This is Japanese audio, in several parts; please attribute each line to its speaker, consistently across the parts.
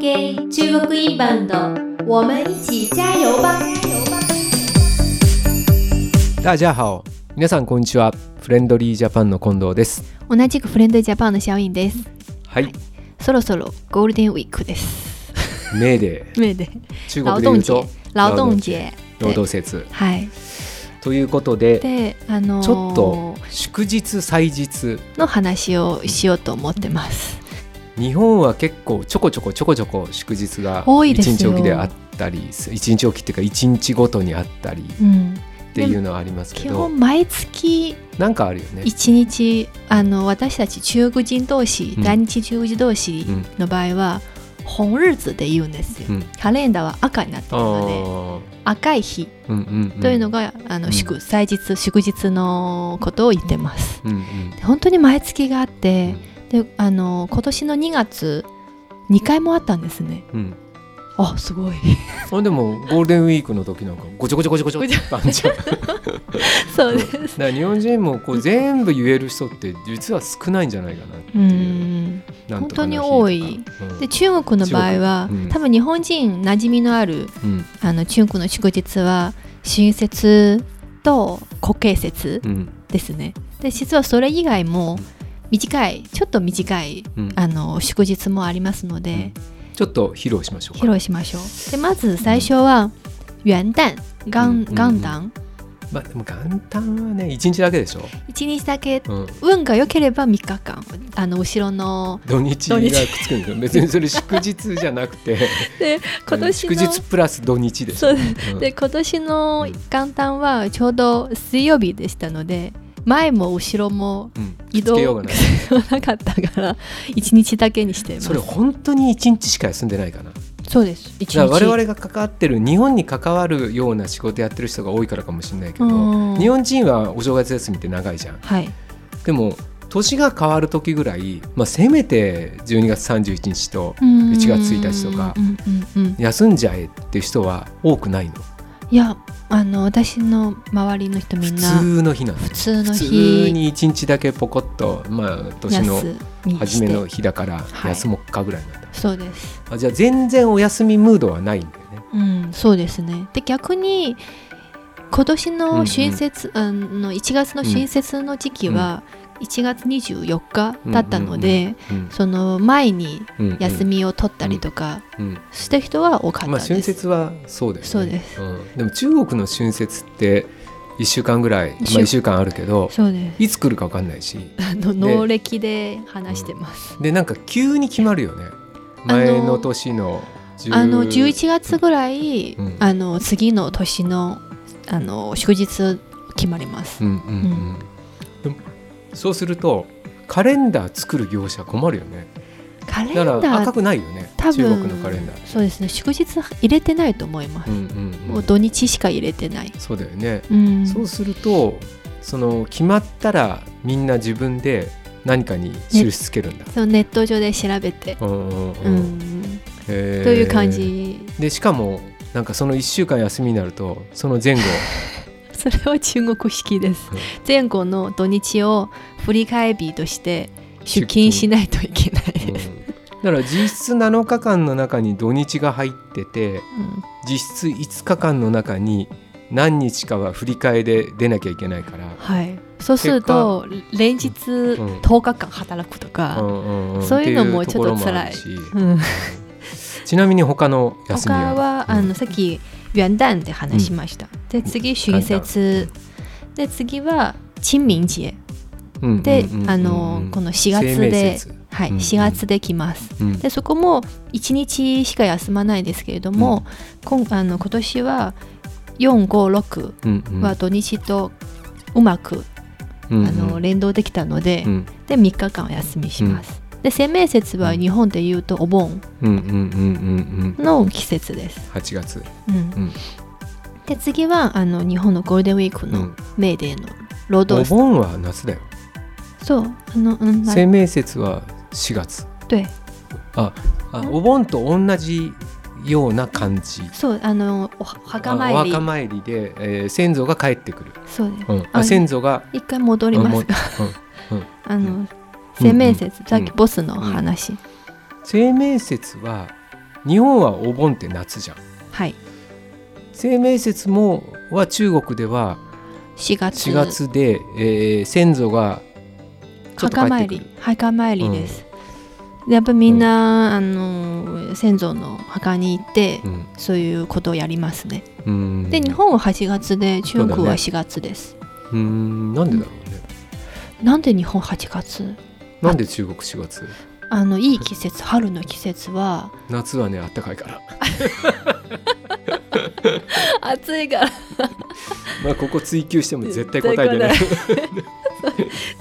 Speaker 1: 系中国インバウンド，我们一起加油吧！
Speaker 2: 大家好、皆さんこんにちは。フレンドリージャパンの近藤です。
Speaker 3: 同じくフレンドジャパンのシャオインです。
Speaker 2: はい、
Speaker 3: そろそろゴールデンウィークです。
Speaker 2: メーデー。
Speaker 3: めで。
Speaker 2: 中
Speaker 3: 劳
Speaker 2: 国で言
Speaker 3: 動
Speaker 2: う
Speaker 3: 節。劳
Speaker 2: と
Speaker 3: 動節。
Speaker 2: 労働節。
Speaker 3: はい。
Speaker 2: ということで、
Speaker 3: で、あのー
Speaker 2: ちょっと祝日祭日。
Speaker 3: の話をしようと思ってます。
Speaker 2: 日本は結構ちょこちょこちょこちょこ祝日が
Speaker 3: 多
Speaker 2: 一
Speaker 3: いですよ
Speaker 2: 日おきであったり、一日おきっていうか一日ごとにあったり
Speaker 3: うん。
Speaker 2: っていうのはありますけ
Speaker 3: 基
Speaker 2: ど、
Speaker 3: 本毎月
Speaker 2: なんかあるよね。
Speaker 3: 一日あの私たち中国人同士、
Speaker 2: うん
Speaker 3: 在日中国人同士の場合は、本日って言うんですよ。
Speaker 2: うん
Speaker 3: カレンダーは赤になって
Speaker 2: あ
Speaker 3: るので、
Speaker 2: ー
Speaker 3: 赤い日
Speaker 2: うんうんうん。
Speaker 3: というのが、あ
Speaker 2: うん
Speaker 3: の祝祭日祝日のことを言ってます。
Speaker 2: うんうん。
Speaker 3: 本当に毎月があっ
Speaker 2: う
Speaker 3: て
Speaker 2: ん、
Speaker 3: であの今年の2月2回もあったんですね
Speaker 2: うん。
Speaker 3: あすごい
Speaker 2: あでもゴールデンウィークの時なんかごちょごちょごちょごちょってあんじゃん
Speaker 3: そう
Speaker 2: だから日本人もこう全部言える人って実は少ないんじゃないかなって
Speaker 3: う
Speaker 2: いう、
Speaker 3: ん
Speaker 2: なんと
Speaker 3: 本当
Speaker 2: かの日とか
Speaker 3: に多い、
Speaker 2: うん
Speaker 3: で中国の場合は、
Speaker 2: 中国うん
Speaker 3: 多分日本人馴染みのある
Speaker 2: うん
Speaker 3: あの中国の祝日は春節と固形節
Speaker 2: うん
Speaker 3: ですねで実はそれ以外も
Speaker 2: うん
Speaker 3: 短いちょっと短い
Speaker 2: うん
Speaker 3: あの祝日もありますの
Speaker 2: う
Speaker 3: で
Speaker 2: ん、ちょっと披露しましょうか
Speaker 3: 披露しましょうでまず最初は元旦元元旦
Speaker 2: まあ、でも元旦はね一日だけでしょ、
Speaker 3: 1日だけ
Speaker 2: うん、
Speaker 3: 運が良ければ3日間あの後ろの
Speaker 2: 土日がくっつくんですよ別にそれ祝日じゃなくて
Speaker 3: で 今年
Speaker 2: 祝
Speaker 3: の
Speaker 2: 日プラス土日でしょ
Speaker 3: そう
Speaker 2: うん
Speaker 3: で今年の元旦はちょうど水曜日でしたので前も後ろも
Speaker 2: うん
Speaker 3: 移
Speaker 2: くっつ
Speaker 3: 動
Speaker 2: けようが ない
Speaker 3: なかったから1日だけにしてます
Speaker 2: それ本当に一日しか休んでないかな
Speaker 3: そうです1日
Speaker 2: だから我々が関わってる日本に関わるような仕事やってる人が多いからかもしれないけど
Speaker 3: うん
Speaker 2: 日本人はお正月休みって長いじゃん
Speaker 3: はい
Speaker 2: でも年が変わる時ぐらい、まあ、せめて12月31日と
Speaker 3: 1
Speaker 2: 1月1日とか
Speaker 3: うんうんうん、
Speaker 2: 休んじゃえっていう人は多くないの
Speaker 3: いやあの私の周りの人み
Speaker 2: 普
Speaker 3: んな
Speaker 2: 通の日なの
Speaker 3: 普通
Speaker 2: 普
Speaker 3: の
Speaker 2: 通
Speaker 3: 日
Speaker 2: に1日だけポコッと、まあ、年の
Speaker 3: 休みし
Speaker 2: 初
Speaker 3: て
Speaker 2: めの日だから
Speaker 3: はい
Speaker 2: 休もっかぐらいなんだ、
Speaker 3: そうです
Speaker 2: あじゃあ全然お休みムードはないんだよね
Speaker 3: うん、そうですね。で逆に今年
Speaker 2: うんうん
Speaker 3: の春節、あの1月の春節の時期は1月24日だったので、
Speaker 2: うん
Speaker 3: その前に
Speaker 2: うんうん
Speaker 3: 休みを取ったりとか
Speaker 2: うん
Speaker 3: した人は多かった
Speaker 2: まあ、
Speaker 3: です。
Speaker 2: 春節はそうだよね
Speaker 3: そうです
Speaker 2: んでも中国の春節って1週間ぐらい、まあ、
Speaker 3: 一週
Speaker 2: 1週間あるけど
Speaker 3: そうです。
Speaker 2: いつ来るか分かんないし
Speaker 3: あの能歴で話してます。
Speaker 2: でなんか急に決まるよね前の年の10
Speaker 3: あの11月ぐらい、
Speaker 2: うん
Speaker 3: あの次の年のあの祝日決まります
Speaker 2: う。んうんうん、でもそうするとカレンダー作る業者困るよね
Speaker 3: カレン
Speaker 2: だ
Speaker 3: ダ
Speaker 2: から赤
Speaker 3: ー
Speaker 2: くないよね
Speaker 3: 多
Speaker 2: 中
Speaker 3: 分
Speaker 2: 国のカレンダー、
Speaker 3: そうですね祝日入れてないと思います。
Speaker 2: うんうん
Speaker 3: も
Speaker 2: う、
Speaker 3: うん土日しか入れてない。
Speaker 2: そうだよね、
Speaker 3: うん、
Speaker 2: そうするとその決まったらみんな自分で何かに印つけるんだ、
Speaker 3: そうネット上で調べて、
Speaker 2: うんうん
Speaker 3: う
Speaker 2: うんんへー
Speaker 3: という感じ。
Speaker 2: でしかもなんかその1週間休みになるとその前後
Speaker 3: それは中国式です
Speaker 2: うん。
Speaker 3: 前後の土日を振り替え日として出勤しないといけない。
Speaker 2: うんだから実質7日間の中に土日が入って
Speaker 3: う
Speaker 2: て
Speaker 3: ん
Speaker 2: 実質5日間の中に何日かは振り替えで出なきゃいけないから、
Speaker 3: はい。そうすると連日
Speaker 2: うん
Speaker 3: 10日間働くと
Speaker 2: う
Speaker 3: か、
Speaker 2: んうんうん
Speaker 3: そういうのもちょっと
Speaker 2: ってう
Speaker 3: 辛い
Speaker 2: ところもあるし
Speaker 3: うん
Speaker 2: ちなみに他の休みは
Speaker 3: 他は、あのさっき元旦で話しました。で次春節、で次は清明節で、あのこ
Speaker 2: の
Speaker 3: の4月で。はい、
Speaker 2: うんうん
Speaker 3: 4月で来ます。でそこも1日しか休まないですけれども、今あの今年は456は土日とうまく、あの連動できたので、で3日間お休みします。で清明節は日本でいうとお盆の季節です。
Speaker 2: 8月、
Speaker 3: うん
Speaker 2: ん
Speaker 3: で次はあの日本のゴールデンウィーク
Speaker 2: う
Speaker 3: の
Speaker 2: ん、
Speaker 3: メーデーの労
Speaker 2: お
Speaker 3: 働節、
Speaker 2: 盆は夏だよ
Speaker 3: そうあのうんな
Speaker 2: 清明節は4月
Speaker 3: 对
Speaker 2: あ
Speaker 3: うん
Speaker 2: お盆と同じような感じ
Speaker 3: そうあのお墓
Speaker 2: あお
Speaker 3: 参り
Speaker 2: 墓参りで、えー先祖が帰ってくる、
Speaker 3: そうです
Speaker 2: うん、あ
Speaker 3: あ
Speaker 2: 先祖が
Speaker 3: 一回戻りますか
Speaker 2: あもう
Speaker 3: あ
Speaker 2: う
Speaker 3: の生命説、
Speaker 2: うん
Speaker 3: さっきボスの話、
Speaker 2: 清明節は日本はお盆って夏じゃん
Speaker 3: はい
Speaker 2: 清明節もは中国では
Speaker 3: 4月
Speaker 2: 4月で、えー先祖がちょっと帰
Speaker 3: 墓
Speaker 2: っ
Speaker 3: 参
Speaker 2: てくる
Speaker 3: り墓参りです、でやっぱみんな、あの先祖の墓に行って、
Speaker 2: うん
Speaker 3: そういうことをやりますね
Speaker 2: うん
Speaker 3: で日本は8月で中
Speaker 2: そう
Speaker 3: 国
Speaker 2: だね
Speaker 3: は4月です、
Speaker 2: うんなんでだろうね
Speaker 3: なんで日本8月
Speaker 2: なんで中国4月
Speaker 3: あのいい季節春の季節は
Speaker 2: 夏はねあったかいから
Speaker 3: 暑いから
Speaker 2: まあここ追求しても絶対答えてない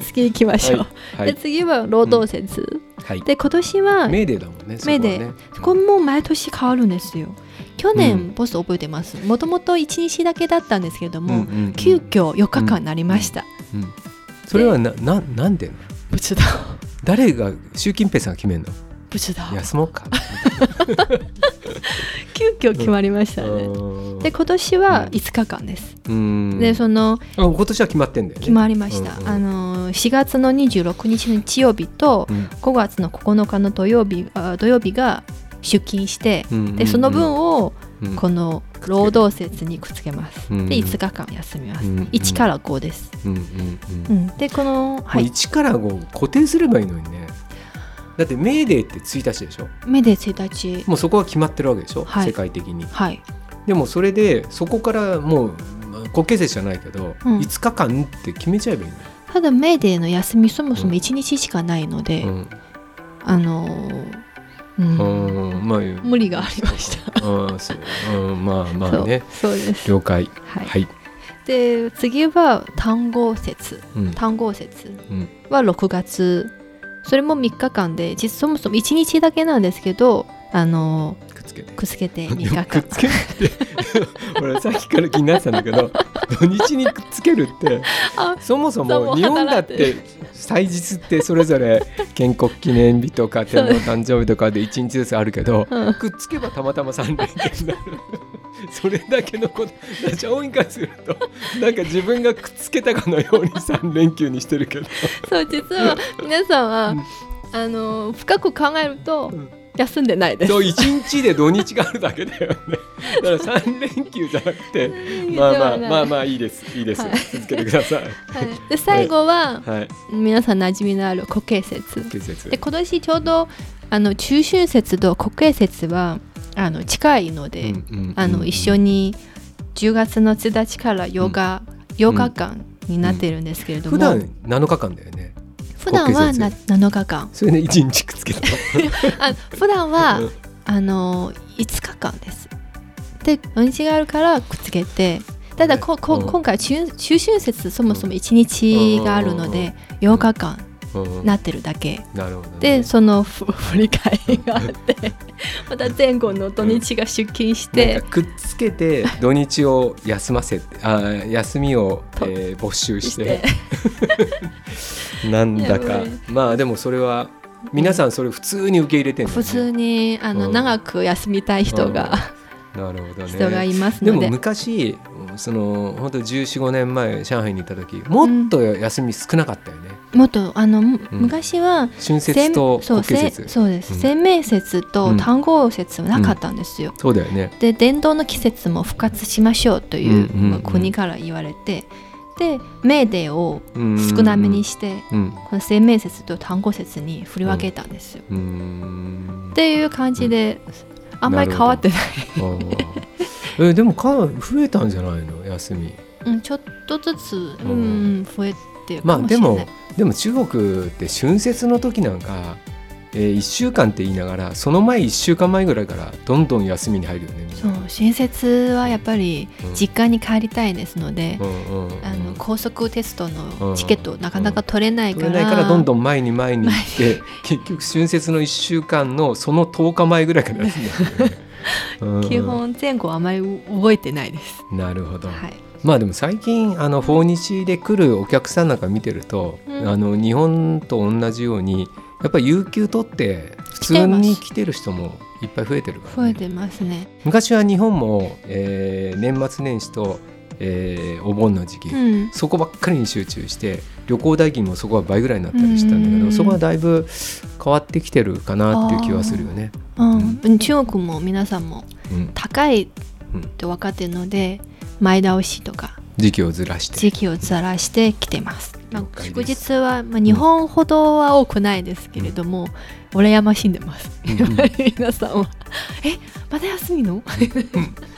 Speaker 3: 次行きましょう、
Speaker 2: は
Speaker 3: で
Speaker 2: い
Speaker 3: 次は労働節、
Speaker 2: はい
Speaker 3: で今年は
Speaker 2: メーデーだもんね
Speaker 3: メーデー
Speaker 2: そ
Speaker 3: こ
Speaker 2: こは
Speaker 3: れ
Speaker 2: ね
Speaker 3: も毎年変わるんですよ去
Speaker 2: うん
Speaker 3: 年、ボス覚えてますもともと1日だけだったんですけども、
Speaker 2: うんうんうん
Speaker 3: 急遽4日間になりました、
Speaker 2: うんそれはなななんでなの
Speaker 3: 不知道
Speaker 2: 誰が習近平さんが決めるの
Speaker 3: 不知道
Speaker 2: 休も うか
Speaker 3: 急遽決まりましたね、で今年は5日間です、
Speaker 2: うん
Speaker 3: でその
Speaker 2: あ今年は決まってんだよね
Speaker 3: 決まりました、
Speaker 2: うんうん
Speaker 3: あの4月の26日の日曜日と
Speaker 2: うん
Speaker 3: 5月の9日の土曜日あ土曜日が出勤して、
Speaker 2: うんうんうん
Speaker 3: でその分を
Speaker 2: うん
Speaker 3: この労働節にくっつけます、
Speaker 2: うん
Speaker 3: で5日間休みます、
Speaker 2: うんうん
Speaker 3: 1から5です、
Speaker 2: うんうんうん
Speaker 3: うん、でこの、は
Speaker 2: もう
Speaker 3: い、
Speaker 2: 1から5固定すればいいのにねだってメーデーって1日でしょ
Speaker 3: 目で1日
Speaker 2: もうそこは決まってるわけでしょ、
Speaker 3: はい
Speaker 2: 世界的に
Speaker 3: はい
Speaker 2: でもそれでそこからもうまあ国慶節じゃないけど、
Speaker 3: うん
Speaker 2: 5日間って決めちゃえばいいのよ
Speaker 3: ただメーデーの休みそもそも1日しかないので、あのーうん
Speaker 2: うん、うんまあ
Speaker 3: 無理がありました
Speaker 2: うんそううんまあまあね
Speaker 3: そうそうです、
Speaker 2: 了解
Speaker 3: はい
Speaker 2: はい、
Speaker 3: で次は単語節
Speaker 2: うん
Speaker 3: 単語節
Speaker 2: うん
Speaker 3: は6月それも3日間で実そもそも1日だけなんですけどあのー
Speaker 2: くっつけて
Speaker 3: くっつけて3
Speaker 2: で
Speaker 3: 日
Speaker 2: も
Speaker 3: 間
Speaker 2: くっつけるって 俺さっきから気になってたんだけど土日にくっつけるって
Speaker 3: あ
Speaker 2: そもそ
Speaker 3: そうも
Speaker 2: も
Speaker 3: う
Speaker 2: 日本だっ
Speaker 3: 働いて
Speaker 2: て祭日ってそれぞれ建国記念日とか天皇誕生日とかで1日ずつあるけど、
Speaker 3: うん
Speaker 2: くっつけばたまたま3連休になる それだけのことだし応援からするとなんか自分がくっつけたかのように3連休にしてるけど
Speaker 3: そう実は皆さんは、
Speaker 2: うん
Speaker 3: あのー深く考えると
Speaker 2: うん
Speaker 3: 休んでないです
Speaker 2: そう1日で土日があるだけだよね だから3連休じゃなくてまあまあまあまあいいですいいです、
Speaker 3: はい
Speaker 2: 続けてください
Speaker 3: はい、で最後は
Speaker 2: はい
Speaker 3: 皆さん馴染みのある固形節
Speaker 2: 季節
Speaker 3: で今年ちょうどあの中秋節と固形節はあの近いので、あの一緒
Speaker 2: に
Speaker 3: に10月の1日から8日、8日間になってるんですけれども、
Speaker 2: 普段7日間だよね
Speaker 3: 普段はな
Speaker 2: 国
Speaker 3: 7日間
Speaker 2: それで1日くっつけた
Speaker 3: あ普段 は
Speaker 2: うん
Speaker 3: あの5日間ですで土日があるからくっつけてただここ、
Speaker 2: うん
Speaker 3: 今回中中秋節そもそも1日があるので8日間
Speaker 2: うん
Speaker 3: なってるだけ、
Speaker 2: なるほどね
Speaker 3: でそのふ 振り返りがあってまた前後の土日が出勤し
Speaker 2: なん
Speaker 3: て
Speaker 2: かくっつけて土日を休ませてあー休みを、えー没収し
Speaker 3: して
Speaker 2: てなんだ
Speaker 3: や
Speaker 2: か
Speaker 3: ばい
Speaker 2: まあでもそれは皆さんそれ普通に受け入れてるんだよ
Speaker 3: 普
Speaker 2: ね
Speaker 3: 通にあの、
Speaker 2: うん
Speaker 3: 長く休みたい人が、
Speaker 2: なるほど ね
Speaker 3: 人がいます
Speaker 2: で
Speaker 3: の
Speaker 2: も
Speaker 3: で
Speaker 2: 昔その本当1415年前上海にいた時もっと休み少なかったよね、
Speaker 3: もっとあの、む
Speaker 2: うん
Speaker 3: 昔は
Speaker 2: 春節と
Speaker 3: せんそう
Speaker 2: 国慶
Speaker 3: せん
Speaker 2: 節そう
Speaker 3: そうです、
Speaker 2: うん
Speaker 3: 生命節と単語節はなかったんですよ、
Speaker 2: だよね
Speaker 3: で伝統の季節も復活しましょうという、
Speaker 2: うんうんうん
Speaker 3: まあ国から言われてでメーデーを
Speaker 2: うん
Speaker 3: 少なめにして、
Speaker 2: うん
Speaker 3: この生命節と単語節に振り分けたんですよ、
Speaker 2: うーん
Speaker 3: っていう感じで、あんまり変わってない
Speaker 2: あー えでもか増えたんじゃないの休み
Speaker 3: うん、ちょっとずつ、うん
Speaker 2: う
Speaker 3: 増えてるか
Speaker 2: まあ
Speaker 3: もし
Speaker 2: で
Speaker 3: れない、
Speaker 2: もでも中国って春節の時なんか、えー、1週間って言いながらその前1週間前ぐらいからどんどん休みに入るよねみんな
Speaker 3: そう新設はやっぱり
Speaker 2: うん
Speaker 3: 実家に帰りたいですので、
Speaker 2: うんうんうん
Speaker 3: あの高速テスト
Speaker 2: うん
Speaker 3: のチケットなかなか取れない
Speaker 2: 売
Speaker 3: から,、
Speaker 2: れないからどんどん前に前に行って 結局春節の1週間のその10日前ぐらいから休みな んだよねうん
Speaker 3: 基本前後あまり覚えてないです。
Speaker 2: なるほど、
Speaker 3: はい、
Speaker 2: まあでも最近あの訪日で来るお客さんなんか見てると、
Speaker 3: うん
Speaker 2: あの日本と同じようにやっぱり有給取って普通に来てる人もいっぱい増えてるから
Speaker 3: 増
Speaker 2: ね、
Speaker 3: えてますね。
Speaker 2: 昔は日本も、えー年末年始と、ええーお盆の時期、
Speaker 3: うん
Speaker 2: そこばっかりに集中して旅行代金もそこは倍ぐらいになったりしたんだけど、
Speaker 3: うん
Speaker 2: そこはだいぶ変わってきてるかなっていう気はするよね。
Speaker 3: うんうん、中国も皆さんも
Speaker 2: うん、
Speaker 3: 高いと分かってるので前倒しとか
Speaker 2: 時期をずらして
Speaker 3: 時期をずらしてきてます。まあ
Speaker 2: 了、解
Speaker 3: 祝
Speaker 2: です
Speaker 3: 日は、まあ、日本ほどは多くないですけれども、羨ましんでます。
Speaker 2: うん
Speaker 3: 皆さんは 「えまだ休みの?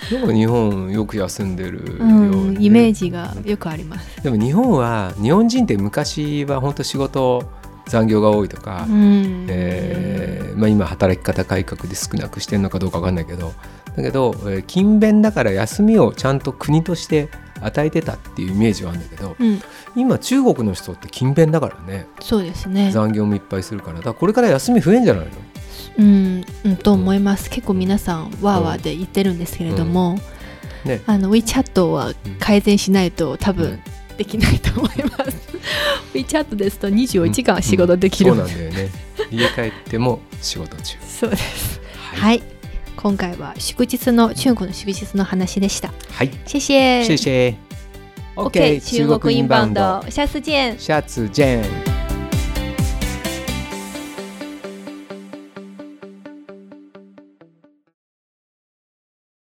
Speaker 2: でも日本よく休んでるよ、
Speaker 3: う」
Speaker 2: うん
Speaker 3: イメー
Speaker 2: ジ
Speaker 3: ジがよくあります。
Speaker 2: でも日本は日本人って昔は本当仕事残業が多いとか、
Speaker 3: うん
Speaker 2: えーまあ、今働き方改革で少なくしてるのかどうかわかんないけどだけど、えー勤勉だから休みをちゃんと国として与えてたっていうイメージはあるんだけど
Speaker 3: うん、
Speaker 2: 今中国の人って勤勉だからね
Speaker 3: そうですね。
Speaker 2: 残業もいっぱいするからだからこれから休み増えんじゃないの
Speaker 3: うん、うん、と思います。結構皆さんわーわーで言ってるんですけれども、
Speaker 2: うんね
Speaker 3: あの WeChat は改善しないと多分できないと思います。WeChat ですと24時間仕事できる、
Speaker 2: うんそうなんだよね家帰っても仕事中
Speaker 3: そうです。
Speaker 2: い、
Speaker 3: はい、今回は祝日の中国の祝日の話でした。
Speaker 2: はい、
Speaker 3: 谢谢。
Speaker 2: シェイシェイ
Speaker 3: OK，中国インバウンド，下次见。
Speaker 2: 下次见。